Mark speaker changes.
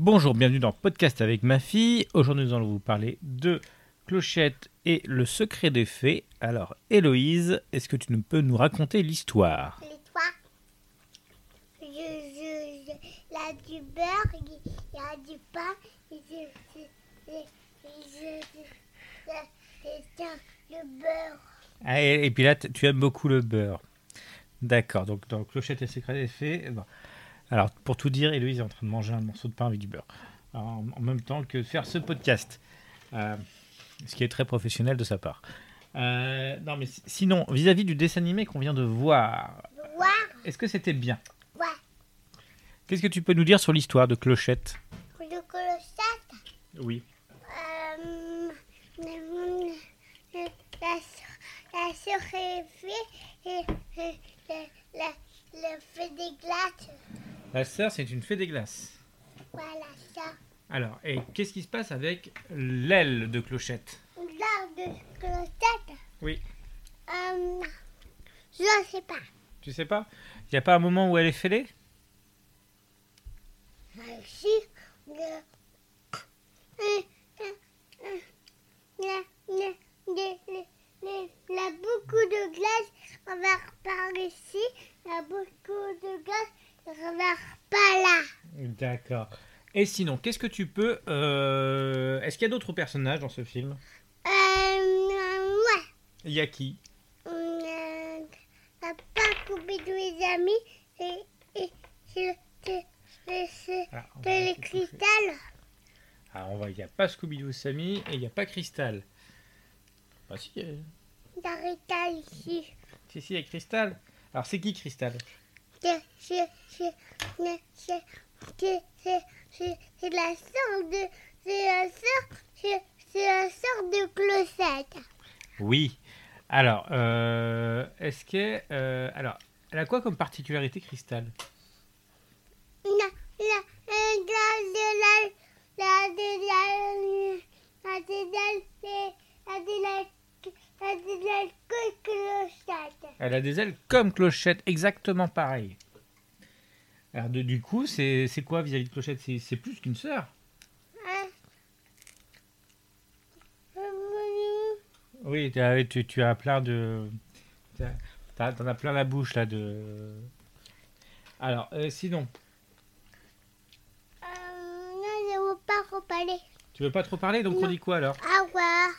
Speaker 1: Bonjour, bienvenue dans Podcast avec ma fille. Aujourd'hui, nous allons vous parler de Clochette et le secret des fées. Alors, Héloïse, est-ce que tu nous- peux nous raconter l'histoire
Speaker 2: Et toi je, je, je- il y a du beurre, il il y a du pain, et je, je, je- je- je- je- je tiens le beurre.
Speaker 1: Ah, et, et puis là, t- tu aimes beaucoup le beurre. D'accord, donc dans Clochette et le secret des fées. euh, bon. Alors, pour tout dire, Héloïse est en train de manger un morceau de pain avec du beurre. En, en même temps que faire ce podcast. Euh, ce qui est très professionnel de sa part. Euh, non, mais si- sinon, vis-à-vis du dessin animé qu'on vient de voir,
Speaker 2: Voir,
Speaker 1: est-ce que c'était bien
Speaker 2: voir,
Speaker 1: Qu'est-ce que tu peux nous dire sur l'histoire de Clochette
Speaker 2: le colossate,
Speaker 1: Oui.
Speaker 2: euh, euh, euh, la, sœur- la sœur est fée et, et la, la, la fée des glaces.
Speaker 1: La sœur, c'est une fée des glaces.
Speaker 2: Voilà ça.
Speaker 1: Alors, et qu'est-ce qui se passe avec l'aile de Clochette
Speaker 2: L'art de colossate,
Speaker 1: Oui.
Speaker 2: euh, je ne sais pas.
Speaker 1: Tu sais pas Il n'y a pas un moment où elle est fêlée
Speaker 2: Ainsi, le- euh, euh, euh, la- la- les- les- les- la beaucoup de glace, on va par ici, la beaucoup de glace, on va pas là.
Speaker 1: D'accord. Et sinon, qu'est-ce que tu peux... euh, Est-ce qu'il y a d'autres personnages dans ce film
Speaker 2: Euh, euh, ouais.
Speaker 1: Il y a qui
Speaker 2: Euh, on va pas couper tous les amis, et, et, c'est c'est- c'est- c'est
Speaker 1: Ah, on
Speaker 2: de
Speaker 1: va arrêter
Speaker 2: les
Speaker 1: de toucher.
Speaker 2: cristals.
Speaker 1: Ah, on va... Il n'y a pas Scooby-Doo Sammy et il n'y a pas Cristal. Bah si, il y a-
Speaker 2: D'arrêter ici.
Speaker 1: si, si, il y a Cristal. Alors c'est qui Cristal
Speaker 2: C'est c'est- c'est- c'est- c'est- c'est- c'est- c'est- c'est la sœur de c'est la sœur c'est c'est la sœur de Clochette.
Speaker 1: Oui. Alors, euh, est-ce que... euh, alors, elle a quoi comme particularité Cristal
Speaker 2: La la euh, la de la la de la la de la la de la la de la que Clochette.
Speaker 1: Elle a des ailes comme Clochette, exactement pareil. Alors de- du coup, c'est c'est quoi vis-à-vis de Clochette C'est c'est plus qu'une sœur
Speaker 2: Hein?
Speaker 1: Oui, t'as- tu, tu as plein de... t'as- t'as- T'en as plein la bouche là de... Alors, euh, sinon,
Speaker 2: Euh, non, je veux pas reparler.
Speaker 1: tu veux pas trop parler, donc on
Speaker 2: Non.
Speaker 1: dit quoi alors
Speaker 2: Au revoir.